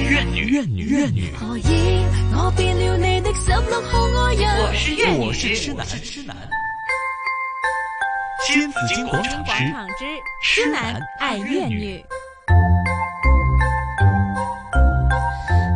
怨女，怨女。何以我變了你的十六號愛人？我是怨女，我是痴男，痴男。新紫金廣場之廣場之痴男愛怨女。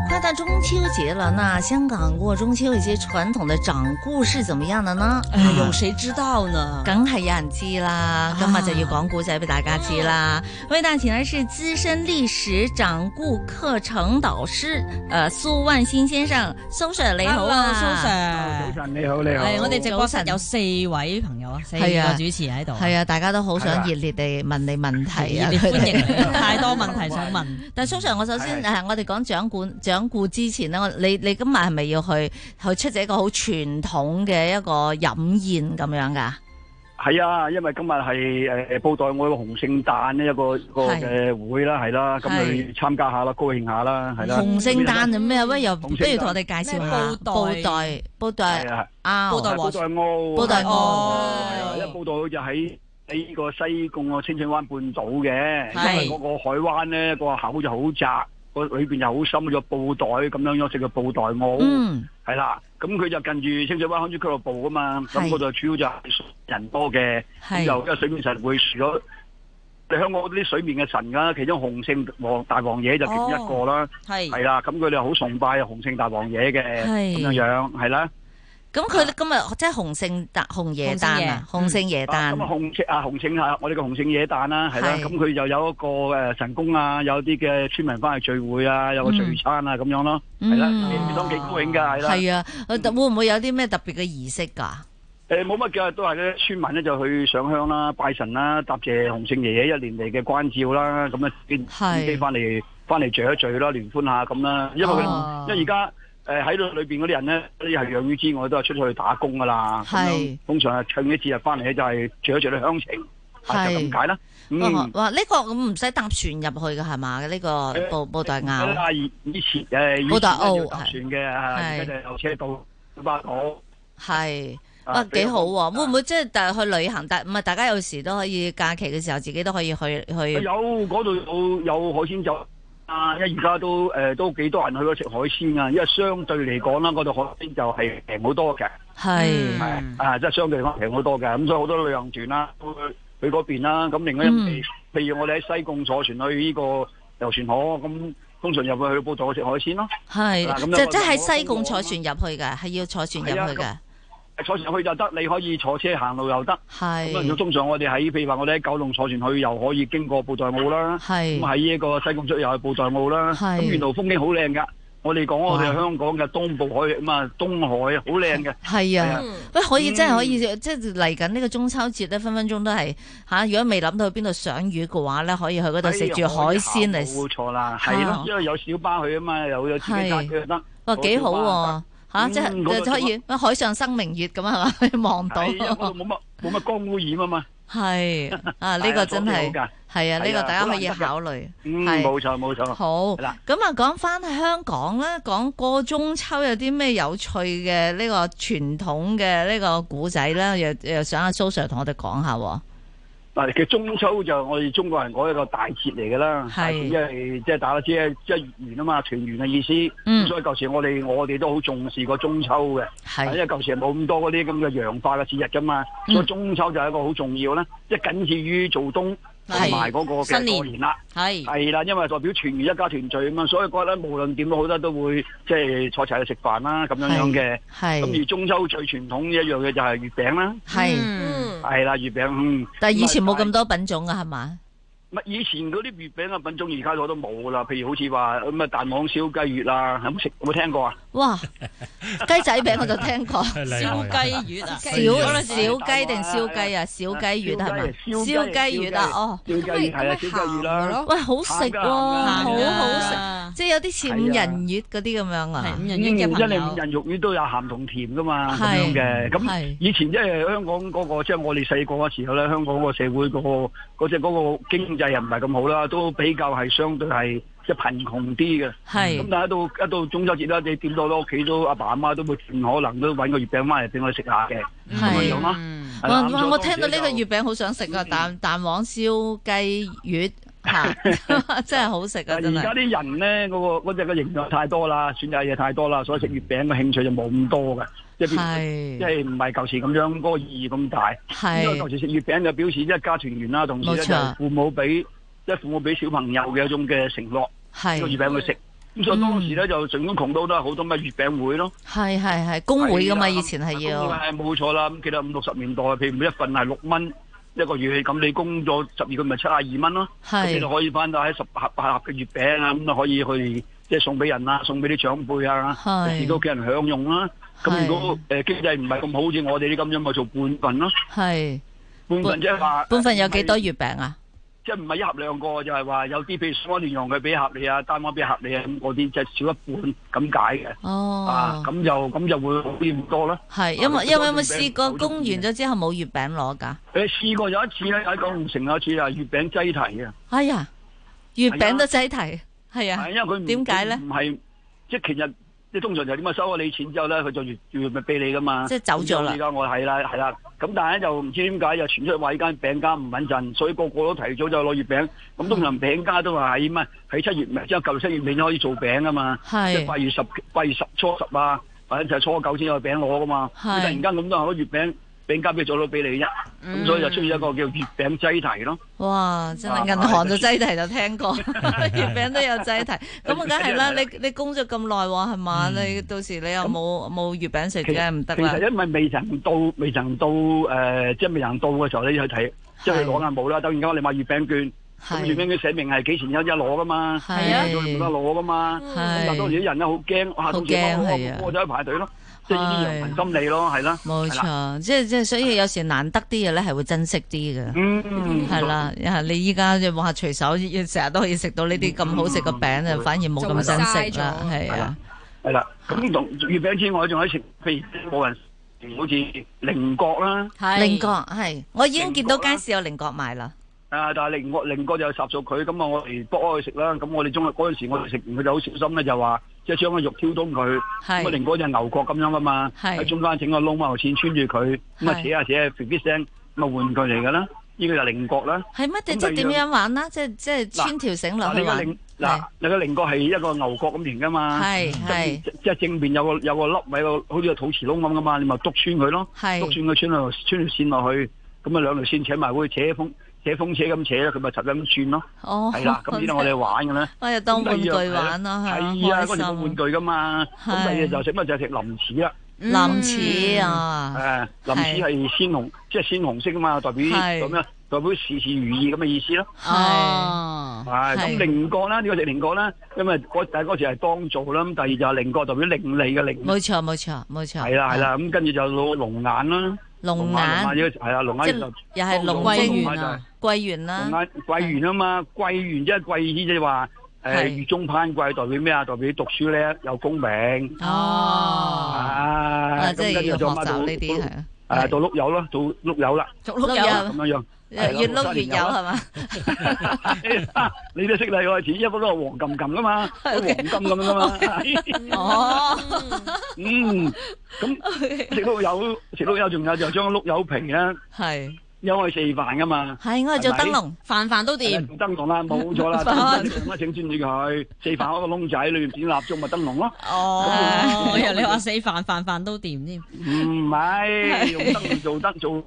快到中秋節了，那香港過中秋有些傳統的掌故是怎麼樣的呢？哎啊有誰知道呢？梗係有人知啦，今日就要講古仔俾大家知啦。為大家請來是資深歷史掌故課程導師，呃，蘇萬新先生，蘇 Sir 你好啊，蘇 Sir。哦早晨，你好，你好。哎係我哋直播室早晨有四位朋友啊，四個係啊主持喺度，係啊，大家都好想熱烈地問你問題熱啊，烈佢歡哋。迎，太多問題想問。但通常我首先係誒，我哋講掌故掌故之前咧，我你你今日係咪要去去出席一個好傳統嘅一個飲宴咁樣噶？係啊，因為今日係誒布袋愛紅聖誕呢一個一個係嘅會啦，係啦，咁係去參加下啦，高興下啦，係啦。紅聖誕係咩？啊喂，又不紅聖誕如同我哋介紹下嗯咩布布袋袋布係袋啊，啊，布袋布袋澳，布袋係哦啊因為哦布袋澳就喺喺呢個西貢個清水灣半島嘅，係因為嗰個海灣咧個口就好窄，個裏邊又好深，咗布袋咁樣樣，食個布袋澳。嗯係啦，咁佢就近住清水灣康珠俱樂部噶嘛，係咁嗰度主要就係人多嘅，係咁就因為水面神會除咗你香港嗰啲水面嘅神啦，其中洪聖王大王爺就其中哦一個啦，係係啦，咁佢哋好崇拜洪聖大王爺嘅係呃咁樣樣，係啦。咁佢今日即係紅聖誕、紅耶誕啊，紅紅嗯聖耶啊咁啊誕，洪聖啊洪聖啊，我哋嘅洪聖野誕啦，係啦，係咁佢就有一個誒神功啊，有啲嘅村民翻去聚會啊，有個聚餐啊咁樣咯，係啦，嗯你當幾高興㗎，係啦。嗯係啊，呃會唔會有啲咩特別嘅儀式㗎？誒呃冇乜嘅，都係咧村民咧就去上香啦、拜神啦、答謝洪聖爺爺一年嚟嘅關照啦，咁啊自係己翻嚟翻嚟聚一聚啦、聯歡下咁啦。因為佢哋、哦因為而家誒喺度裏邊嗰啲人咧，啲係養魚之外都係出去打工噶啦。咁樣係通常係啊趁呢節日翻嚟咧，就係聚一聚啲鄉情，啊就係咁解啦。嗯。哇哦哇！呢個咁唔使搭船入去嘅係嘛？呢個布布袋係坳啦以以前誒以布前袋澳咧要搭船嘅，啊係而家就有車到小巴島。係。啊哇，比幾較好方喎！便會唔會即係但係去旅行？但唔係大家有時都可以假期嘅時候，自己都可以去去有嗰度有有海鮮酒啊，因為而家都誒、呃都幾多人去咗食海鮮啊，因為相對嚟講啦，嗰度海鮮就係平好多嘅，係嗯係、啊，即係相對嚟講平好多嘅，咁所以好多旅行團啦都去去嗰邊啦，咁另外一嗯譬如我哋喺西貢坐船去呢個遊船河，咁通常入去去布袋食海鮮咯，係嗱咁就就即係喺可能西貢坐我船入去嘅，係要坐船入去啊係嘅啊，坐船去就得，你可以坐車行路又得，咁啊係通常我哋喺譬如話我哋喺九龍坐船去又可以經過布袋澳啦。咁啊係喺呢一個西貢出又係布袋澳啦，係咁沿途風景好靚噶。我哋講我哋香港嘅東部海咁啊，東海好靚嘅。係啊！嗯喂，可以真係可以，即係嚟緊呢個中秋節咧，分分鐘都係嚇、如果未諗到去邊度賞魚嘅話咧，可以去嗰度食住海鮮哎呀嚟，冇錯啦，係啊咯，因為有小巴去啊嘛，又有自己揸車得。哇，幾好喎！嚇、嗯即係嗰就度可以海上生明月咁啊係嘛，望到係啊，嗰度冇乜冇乜光污染啊嘛。 係啊，呢係個啊真嗰邊好係㗎係啊，呢個係啊大家好可難以得㗎考慮。嗯，係冇錯冇錯。好，咁係啦啊講翻香港啦，講過中秋有啲咩有趣嘅呢個傳統嘅呢個古仔啦，又又想阿蘇 Sir 同我哋講下喎。嗱，其實中秋就我哋中國人講一個大節嚟㗎啦，係大節因為即係大家知係即係月圓啊嘛，團圓嘅意思。嗯咁所以舊時我哋我哋都好重視個中秋嘅。啊因係為舊時冇咁多嗰啲咁嘅洋化嘅節日噶嘛，嗯所以中秋就係一個好重要啦，即係僅次於做冬同係埋嗰個新嘅年過年啦，係係啦，因為代表全員一家團聚啊嘛，所以覺得無論點都好多都會即係坐齊去食飯啦咁樣樣嘅。咁係而中秋最傳統一樣嘅就係月餅啦，係，嗯嗯，係啦，月餅。嗯但係以前冇咁啊多品種噶係嘛？乜以前嗰啲月餅嘅品種，而家我都冇㗎啦。譬如好似話咁啊，蛋黃燒雞月啊，有冇食有冇聽過啊？哇，雞仔餅我就聽 過，哎燒小雞月啊，小小雞定燒雞啊？小雞月係咪？燒雞燒雞月啊，燒雞哦，燒雞月係啊，咁咪燒雞月啦。鹹㗎咯喂，好食喎，鹹㗎啊鹹㗎好好食，啊食，即係有啲似五仁月嗰啲咁樣啊係啊五。人嗯，月嘅因朋為友五。仁肉丸都有鹹同甜噶嘛，咁係樣嘅。咁係以前即係香港嗰、個，即、係、我哋細個嗰時候咧，香港嗰個社會嗰、個嗰只嗰個經濟又唔係咁好啦，都比較係相對係即係貧窮啲嘅。咁係但係一到一到中秋節啦，你點到咧，屋企都阿爸阿媽都會盡可能都揾個月餅翻嚟俾我食下嘅，咁係樣樣咯。嗯係啦哇哇！我聽到呢個。咁所以當時月就 餅好想食啊，蛋蛋黃燒雞月吓， 真係好食啊！但真係而係家啲人咧，嗰、個嗰只嘅營養太多啦，選擇嘢太多啦，所以食月餅嘅興趣就冇咁多嘅，即係變即係係唔係舊時咁樣嗰、個意義咁大。因為舊係時食月餅就表示一家團圓啦，同時冇咧錯就係父母俾即係父母俾小朋友嘅一種嘅承諾，呢個係月餅去食。咁所以當時咧就儘管窮都都有好多咩月餅會咯，係係係工會噶嘛，係啊啦以前係要係冇錯啦。咁記得五六十年代，譬如每一份係六蚊一個月，咁你工咗十二個咪七廿二蚊咯。啊咁你就係可以翻到喺十盒八盒嘅月餅啊，咁啊可以去即係送俾人啊，送俾啲長輩啊，係自己屋企人享用啦。係咁如果誒經濟唔係咁好，好似我哋啲咁樣，咪做半份咯。係半份即係話半份有幾多月餅啊？即係唔係一盒兩個，就係話有啲譬如雙安聯用佢俾一盒你啊，單安俾一盒你啊，咁嗰啲即係少一半咁解嘅。啊哦，，咁啊就咁就會好啲咁多啦。係因為因為有冇試過供完咗之後冇月餅攞㗎？誒試過有一次咧喺九龍城有一次啊月餅擠提嘅，哎呀，月餅都擠提，係啊啊係，因為佢唔點解咧唔係即係其實即係通常就點啊收咗你錢之後咧，佢就月月咪俾你噶嘛。即係走咗啦而家我係啦係啦，咁但係咧就唔知點解又傳出話呢間餅家唔穩陣，所以個個都提早就攞月餅。咁通常餅家都話喺乜喺七月尾，即係舊七月尾先可以做餅啊嘛。即係係八月十八月十初十啊，或者就係初九先有餅攞噶嘛。係咁突然間咁多人攞月餅，餅家俾咗到俾你啫。咁所以就出現一個叫月餅擠提咯。哇！真啊係銀行就擠提就聽 過，月餅都有擠提，咁啊梗係啦！係你啦你工咗咁耐喎，係嘛？嗯你到時你又冇冇月餅食，其梗係唔得啊其啦。實因為未曾到未曾到誒、呃即係未曾到嘅時候咧，去睇即係去攞眼冇啦。突然間你買月餅券，咁月係餅券寫明係幾錢一一攞噶嘛，係到你冇得攞噶嘛。咁但係當時係啲人咧好驚，哇！好到時驚我係啊我我就去排隊咯，即係呢啲係人民心理咯，係啦，冇係啦，錯，即係即係，所以有時難得啲嘢咧係會珍惜啲嘅。嗯，係啦，啊你依家就話隨手成日都可以食到呢啲咁好食嘅餅，嗯就反而冇咁珍惜啦，就係係啊啦，係啦。咁同月餅之外，仲可以食，譬如冇人好似菱角啦，係菱角係，我已經見到街市有菱角賣啦，啊，但係菱角菱角就烚熟佢，咁啊我哋剝開去食啦。咁我哋中嗰陣時，我哋食完佢就好小心咧，就話即係將個肉挑通佢。咁啊係菱角就牛角咁樣噶嘛，係喺中間整個窿嘛，線穿住佢，咁係啊扯下扯下，咇咇聲，咁啊換佢嚟噶啦。呢個就菱角啦。係乜？即咁係第點二樣樣玩啦？即係即係穿條繩落啊嗱，去你個玩菱，嗱，你個菱角係一個牛角咁形噶嘛。係係即即係正面有個有個粒位，有個好似個肚臍窿咁噶嘛，你咪篤穿佢咯，篤係穿佢穿條穿條線落去，咁啊兩條線扯埋，好似扯風扯風車咁扯咧，佢咪就咁轉咯，哦，哎係啦，咁 呢度我哋玩嘅咧，我又當玩具玩咯，係啊，係嗰時冇玩開具噶嘛，咁係第二就食乜就係食林柿心。啦，林似啊，誒哎林柿係鮮紅，即係鮮紅色噶嘛，代表係咁樣，代表事事如意咁嘅意思咯。係哦，係係咁菱角啦，呢個食菱角啦，因為嗰但係嗰時係當造啦，咁第二就係菱角代表伶俐嘅伶，冇錯冇錯冇錯，係啦係，啦，咁跟住就到龍眼啦。啊龍龍眼眼係啊，龍即眼就係又係龍龍桂眼就精圓係啊桂圓啦龍，眼桂圓啊嘛，桂圓即係桂意，即係話係誒月中攀桂代表咩啊？代表讀書咧有功名哦，啊，啊即咁跟係要住學就乜習到呢啲係啊誒到碌柚啦，到碌柚啦，啊逐碌碌柚柚咁樣樣。誒越撈越有係嘛？你都識啦，開始，因為嗰個黃冚冚噶嘛，好黃金咁樣噶嘛。 哦，嗯，咁食碌柚，食碌柚仲有就將碌柚皮咧，係因為四飯噶嘛。係，我係做燈籠，飯飯都掂，燈籠啦，冇咗啦，飯燈籠啦，整穿住佢，四飯嗰個窿仔裏面點蠟燭咪燈籠咯， 哦，我以為你話死飯飯飯都掂添，唔係用燈籠做燈做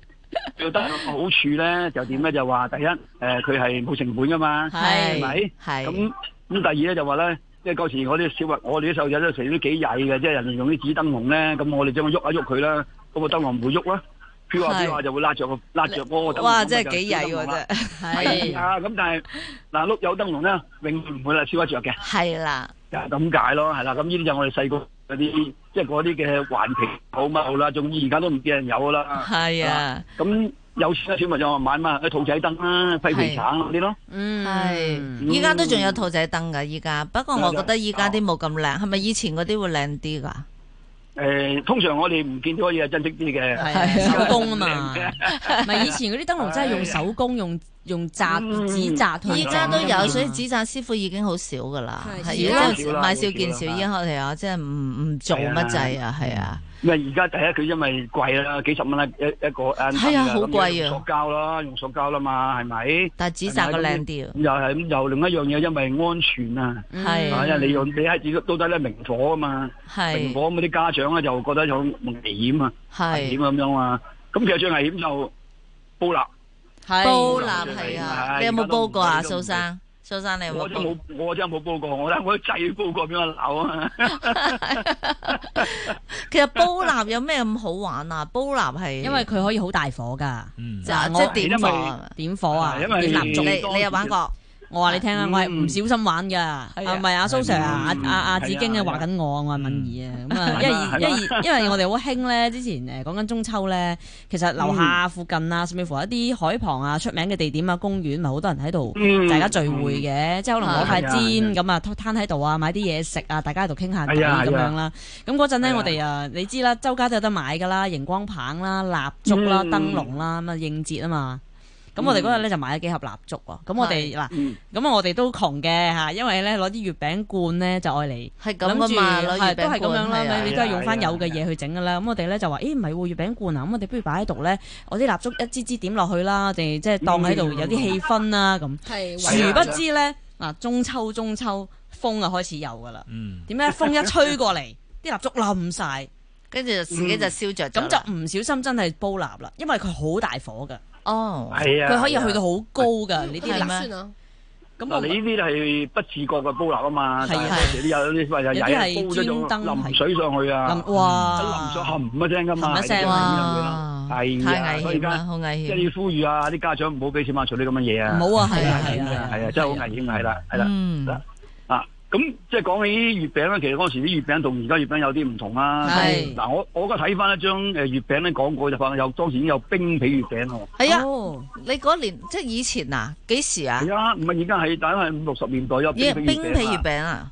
做燈籠嘅好處咧，就點咧就話第一，誒佢係冇成本噶嘛，係係咪？係咁咁第二咧就話咧，即係嗰時我啲小朋我哋啲細路仔都成日都幾曳嘅，即係人哋用啲紙燈籠咧，咁我哋將佢喐一喐佢啦，咁個燈籠唔會喐啦，飄下飄下就會拉着個拉著嗰個燈籠。啊哇，真係幾曳喎真啫！係，係係，啊，咁但係嗱碌有燈籠咧，永遠唔會啦燒得着嘅，係啦，就係咁解咯，係啦。咁呢啲就我哋細個嗰啲，即係嗰啲嘅環評好乜好啦，總之而家都唔見人有㗎啦。係啊，咁有錢嘅小朋友咪買嘛，啲兔仔燈啦、批皮橙嗰啲咯。嗯，係，嗯啊依家都仲有兔仔燈㗎，依家，不過我覺得依家啲冇咁靚，係咪以前嗰啲會靚啲㗎？誒，通常我哋唔見到嘅嘢係珍惜啲嘅。係手工啊 嘛，咪以前嗰啲燈籠真係用手工用用紮嗯紙紮同埋依整㗎嘛，家都有，所以紙紮師傅已經好少噶啦，啊係係而家而家買少見少，好少啦已經我哋啊，即係唔唔做乜滯啊，係啊，因為而家第一佢因為貴啦，幾十蚊一一一個誒，係啊好貴啊用塑膠啦，用塑膠啦嘛，係咪？但係紙紮個靚啲啊，又係咁，又另一樣嘢，因為安全啊，係啊，因為你用你喺自己都得咧明火啊嘛，明係火咁嗰啲家長咧就覺得有危險啊，危係險咁樣啊，咁其實最危險就煲蠟。煲係蠟係啊，你有冇煲過啊，而家都蘇唔生？蘇生你有我冇真煲冇？，我真係冇煲過，我咧我都制煲過俾我鬧啊！其實煲蠟有咩咁好玩啊？煲蠟係因為佢可以好大火㗎，嗯就嗱即係我點因為火啊嘛？點火啊，係因為點蠟燭。嗯你你有玩過？我話你聽啊，嗯我係唔小心玩㗎，係咪啊？蘇 Sir 啊，嗯阿阿阿係紫啊荊係啊啊嗯話緊我，我係敏儀啊，咁啊，係嘛因為係因為因為我哋好興咧，之前誒講緊中秋咧，其實樓下附近啊，甚至乎一啲海旁啊、出名嘅地點啊、公園，咪好多人喺度。嗯大家聚會，嘅，即係可能攞塊係啊係氈咁啊，攤喺度啊，買啲嘢食啊，大家喺度傾下偈係啊咁係啊樣啦。咁嗰陣係呢，啊我哋啊，你知啦，周街都有得買噶啦，熒光棒啦、蠟燭啦、嗯燈籠啦，咁啊應節啊嘛。咁我哋嗰日咧就買咗幾盒蠟燭喎。咁我哋嗱，嗯咁啊我哋都窮嘅嚇，因為咧攞啲月餅罐咧就愛嚟。係咁諗噶住嘛，攞係月都係咁餅樣罐啦，係啊你係都係啊用翻係有啊嘅嘢去整噶啦。咁我哋咧就話，咦唔係喎，月餅罐啊，咁我哋不如擺喺度咧，我啲蠟燭一支支點落去啦，我哋即係當喺度有啲氣氛啦咁。殊圍不啊知咧，嗱中秋中秋風啊開始有噶啦。嗯，點解風一吹過嚟，啲蠟燭冧晒，跟住就自己就燒着嗯咗咁啦。就唔小心真係煲蠟啦，因為佢好大火噶，哦，係啊，佢可以去到好高噶呢啲係蠟。咩咁我嗱，你呢啲係不自覺嘅煲蠟啊嘛，係啊但係有啲話又有曳啊啲係煲咗種專登係淋水上去啊，淋一哇淋，水冚一聲噶嘛，冚一聲哇，啊係啊太所危以險而啦，家好危即險。係要呼籲啊啲家長唔好俾錢買做啲咁嘅嘢唔好啊，啊，dạ, 係啊，係係啊，啊係啊，真係好危險，係啦，係啦。嗯，啊，咁即係講起月餅咧，其實嗰陣時啲月餅同而家月餅有啲唔同啦。係嗱，我我而家睇翻一張誒月餅咧廣告就發覺有當時已經有冰皮月餅喎。係啊，哦你嗰年即係以前啊，幾時啊？係啊，唔係而家係大概係五六十年代有咦，冰皮冰月皮月餅啊。餅啊，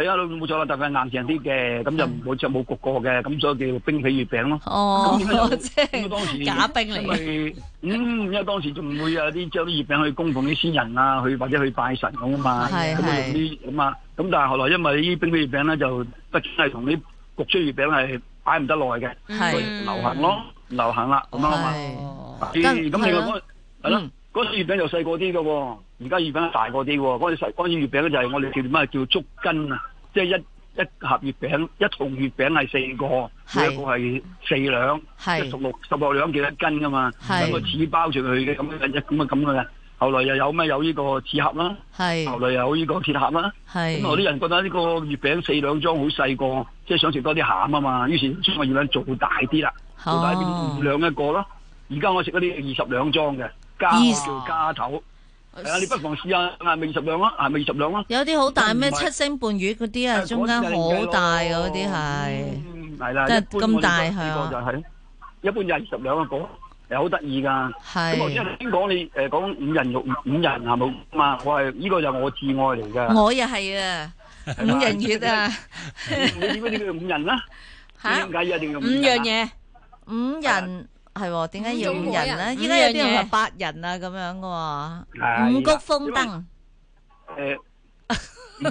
係啊，冇錯啦，特別係硬淨啲嘅，咁就冇就冇焗過嘅，咁所以叫做冰皮月餅咯。哦，即咁係當時假冰嚟嘅，因為嗯，因為當時仲會有啲將啲月餅去供奉啲先人啊，去或者去拜神咁啊嘛，係咁啊用係啲咁啊，咁但係後來因為呢啲冰皮月餅咧，就畢竟係同啲焗出月餅係擺唔得耐嘅，所以係流行咯，流行啦咁樣啊嘛。嗯係，哦咦但咁係另外啦嗰係咯嗯。嗰時月餅就細個啲嘅喎，而家月餅大個啲嘅喎。嗰時細嗰時月餅咧就係我哋叫乜叫竹根啊，即係一一盒月餅，一筒月餅係四個，係每一個係四兩，即係十係六十六兩幾多斤噶嘛，係咁個紙包住佢嘅咁樣嘅咁嘅咁嘅。後來又有咩有呢個紙盒啦，後係來又有呢個鐵盒啦。咁有係啲人覺得啊呢個月餅四兩裝好細個，即係想食多啲餡啊嘛，於是將個月餅做大啲啦。做大啲五哦，兩一個咯。而家我食嗰啲二十兩裝嘅，加二十叫加頭。係啊，你不妨試下，係咪二十兩啦？係咪二十兩啦？有啲好大咩唔係七星伴月嗰啲啊，中間好大嗰啲係。嗯係啦，即係一般咁我哋大呢個係啊呢個就係一般就係二十兩一個，又好得意㗎。嗯咁我係，先講你誒講五人肉五人係咪嘛？我係呢個就我至愛嚟㗎。我又係啊，五人月啊，你點解叫 五人啦？吓點解一定要五人啊樣？嘢，五人係喎，點解要五人咧？五依家有啲樣嘢人話八人啊咁樣噶係啦啊喎，五谷豐登誒 唔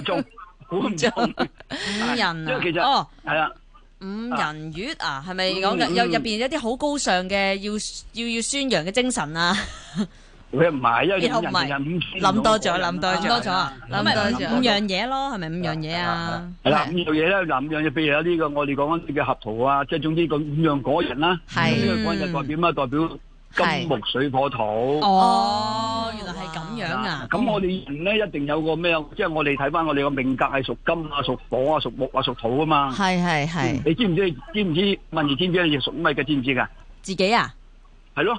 中，估唔中 Dạ. 五 人因為其啊，實哦，係啦。五人月啊，係咪嗯講緊有嗯入邊有啲好高尚嘅要要要宣揚嘅精神啊？佢唔係，因為以後唔五人係定係五千諗多咗個人啊諗多咗諗多咗啊，諗咁咪多咗五樣嘢咯，係咪五樣嘢啊？係啦，係五樣嘢咧，嗱五樣嘢，譬如有呢個我哋講緊嘅合桃啊，即係總之個五樣果仁啦。係咁呢個果仁就代表咩？代表金木水火土。哦，原來係咁 Dạ. 樣啊！咁我哋人咧一定有個咩？即係我哋睇翻我哋個命格係屬金啊、屬火啊、屬木啊、屬土啊嘛。係係係，你知唔知？知唔知？問而知唔知你屬咩嘅？知唔知㗎？自己啊，係咯，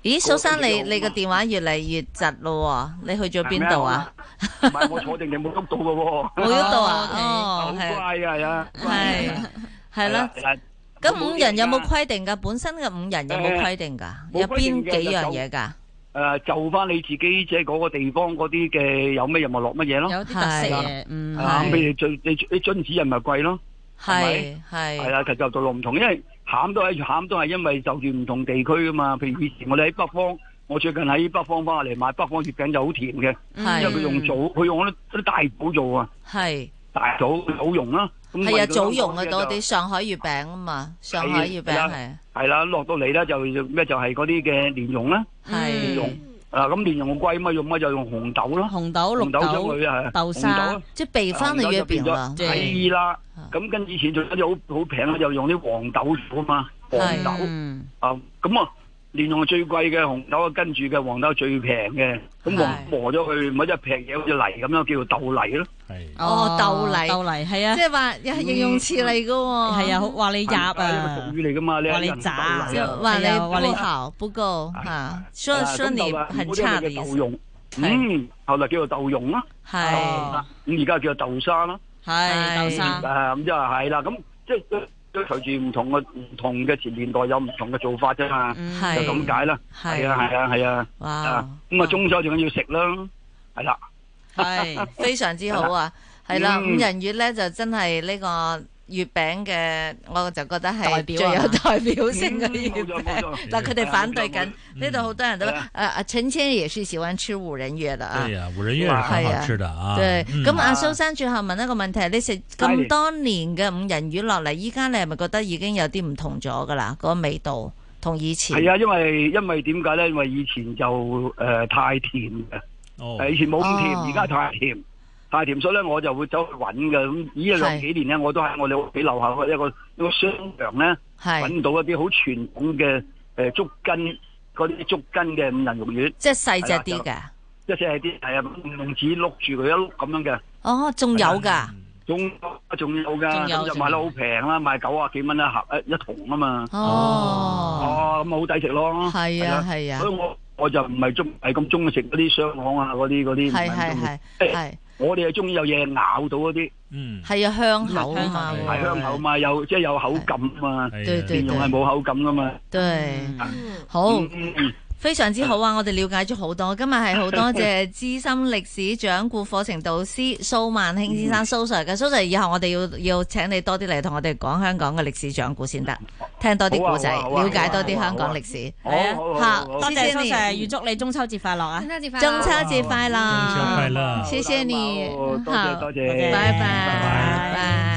咦，蘇生你嗰個你個電話越嚟越窒咯喎，你去咗邊度啊？？唔 係我坐定定冇喐到嘅喎，冇喐 到好啊？哦，乖係啊，係啊，係係啦。係啊啦。咁五人有冇規定㗎？本身嘅五人有冇規定㗎？誒有邊冇規定嘅幾樣嘢㗎？誒、啊就翻你自己即係嗰個地方嗰啲嘅有咩任務落乜嘢咯，有啲特色嘢，嗯，係啊係咁譬如最你你樽子人咪貴咯，係係係啊，其實就道路唔同，因為餡都係餡都係因為就住唔同地區噶嘛。譬如以前我哋喺北方，我最近喺北方翻嚟買北方月餅就好甜嘅，因為佢係用棗，佢用嗰啲嗰啲大棗做啊，係大棗棗蓉啦。係係啊，早用嘅多啲，上海月餅啊嘛，上海月餅係係啦，落到嚟咧就咩就係嗰啲嘅蓮蓉啦，蓮蓉係，啊咁蓮蓉貴嘛，用乜就用紅豆啦，紅豆、紅綠豆將豆、佢啊豆紅沙豆啊。即係備翻嚟月餅啦，即係係啦啊，咁跟以前做啲好好平啦，又用啲黃豆做啊嘛，黃豆嗯啊，咁啊，連用最貴嘅紅豆啊，跟住嘅黃豆最平嘅，咁黃係磨咗佢，咪一劈嘢好似泥咁樣，叫做豆泥咯。係哦豆泥豆泥係啊即，係話又係形容詞嚟嘅喎，係啊，好話你入係啊一個，俗語嚟噶嘛，你話你人渣豆泥就啊話係啊話你你不好不夠嚇，說啊說咁你豆啊很唔好因為差嘅叫意豆思，蓉，嗯，後來叫做豆蓉啦，係哦咁而家叫做豆沙啦，係豆沙，啊，咁即係係啦，咁即係都隨住唔同嘅唔同嘅前年代有唔同嘅做法啫嘛，嗯就係咁解啦，係啊，係啊，係啊。哇啊，，咁啊中秋仲要食啦，係啦，係非常之好啊，係啦，嗯五仁月咧就真係呢個月餅嘅，我就覺得代係最表啊有代表性嘅月嗯冇錯餅。冇錯啊 嗱，佢哋反對係緊啊，呢度好多人都係話啊，誒誒，陳千也是喜歡吃五仁月的啊對。哎呀，五仁月是很好吃的啊。對，嗯咁阿蘇生最後問一個問題，你食咁多年嘅五仁月落嚟，依家你係咪覺得已經有啲唔同咗噶啦？嗰個味道同以前係啊，因為因為點解咧？因為以前就誒、呃太甜嘅，哦誒以前冇咁甜，哦而家太甜，太甜，所以咧我就會走去揾嘅。咁呢一兩係幾年咧，我都喺我哋屋企樓下一個一個商場咧，係揾到一啲好傳統嘅誒竹根嗰啲竹根嘅五仁肉丸，即係細隻啲嘅，即係啲係啊用紙碌住佢一碌咁樣嘅。哦，仲有㗎，仲仲仲有㗎，有咁就仲買得有好平啦，賣九啊幾蚊一盒一一桶啊嘛。哦，哦，咁好抵食咯。係啊係啊所以我我就唔係中係咁中意食嗰啲雙行啊，嗰啲嗰啲。係係係係我哋係中意有嘢咬到嗰啲，嗯，係啊，香口啊嘛香口，係香口嘛，嗯有即係有口感嘛。哎呀對對蓮蓉係對冇口感噶嘛。對，嗯好。嗯嗯非常之好啊！我哋了解咗好多，今日係好多謝資深歷史掌故課程導師蘇萬興先生蘇 Sir 嘅。蘇 Sir，以後我哋要 要請你多啲嚟同我哋講香港嘅歷史掌故先得，聽多啲古仔，啊好啊好啊了解多啲好啊好啊香港歷史。好係啊好好好好多好多謝蘇 Sir，謝你預祝你中秋節快樂啊！中秋節快樂！中秋快樂謝謝你好多好謝多謝，拜拜拜拜。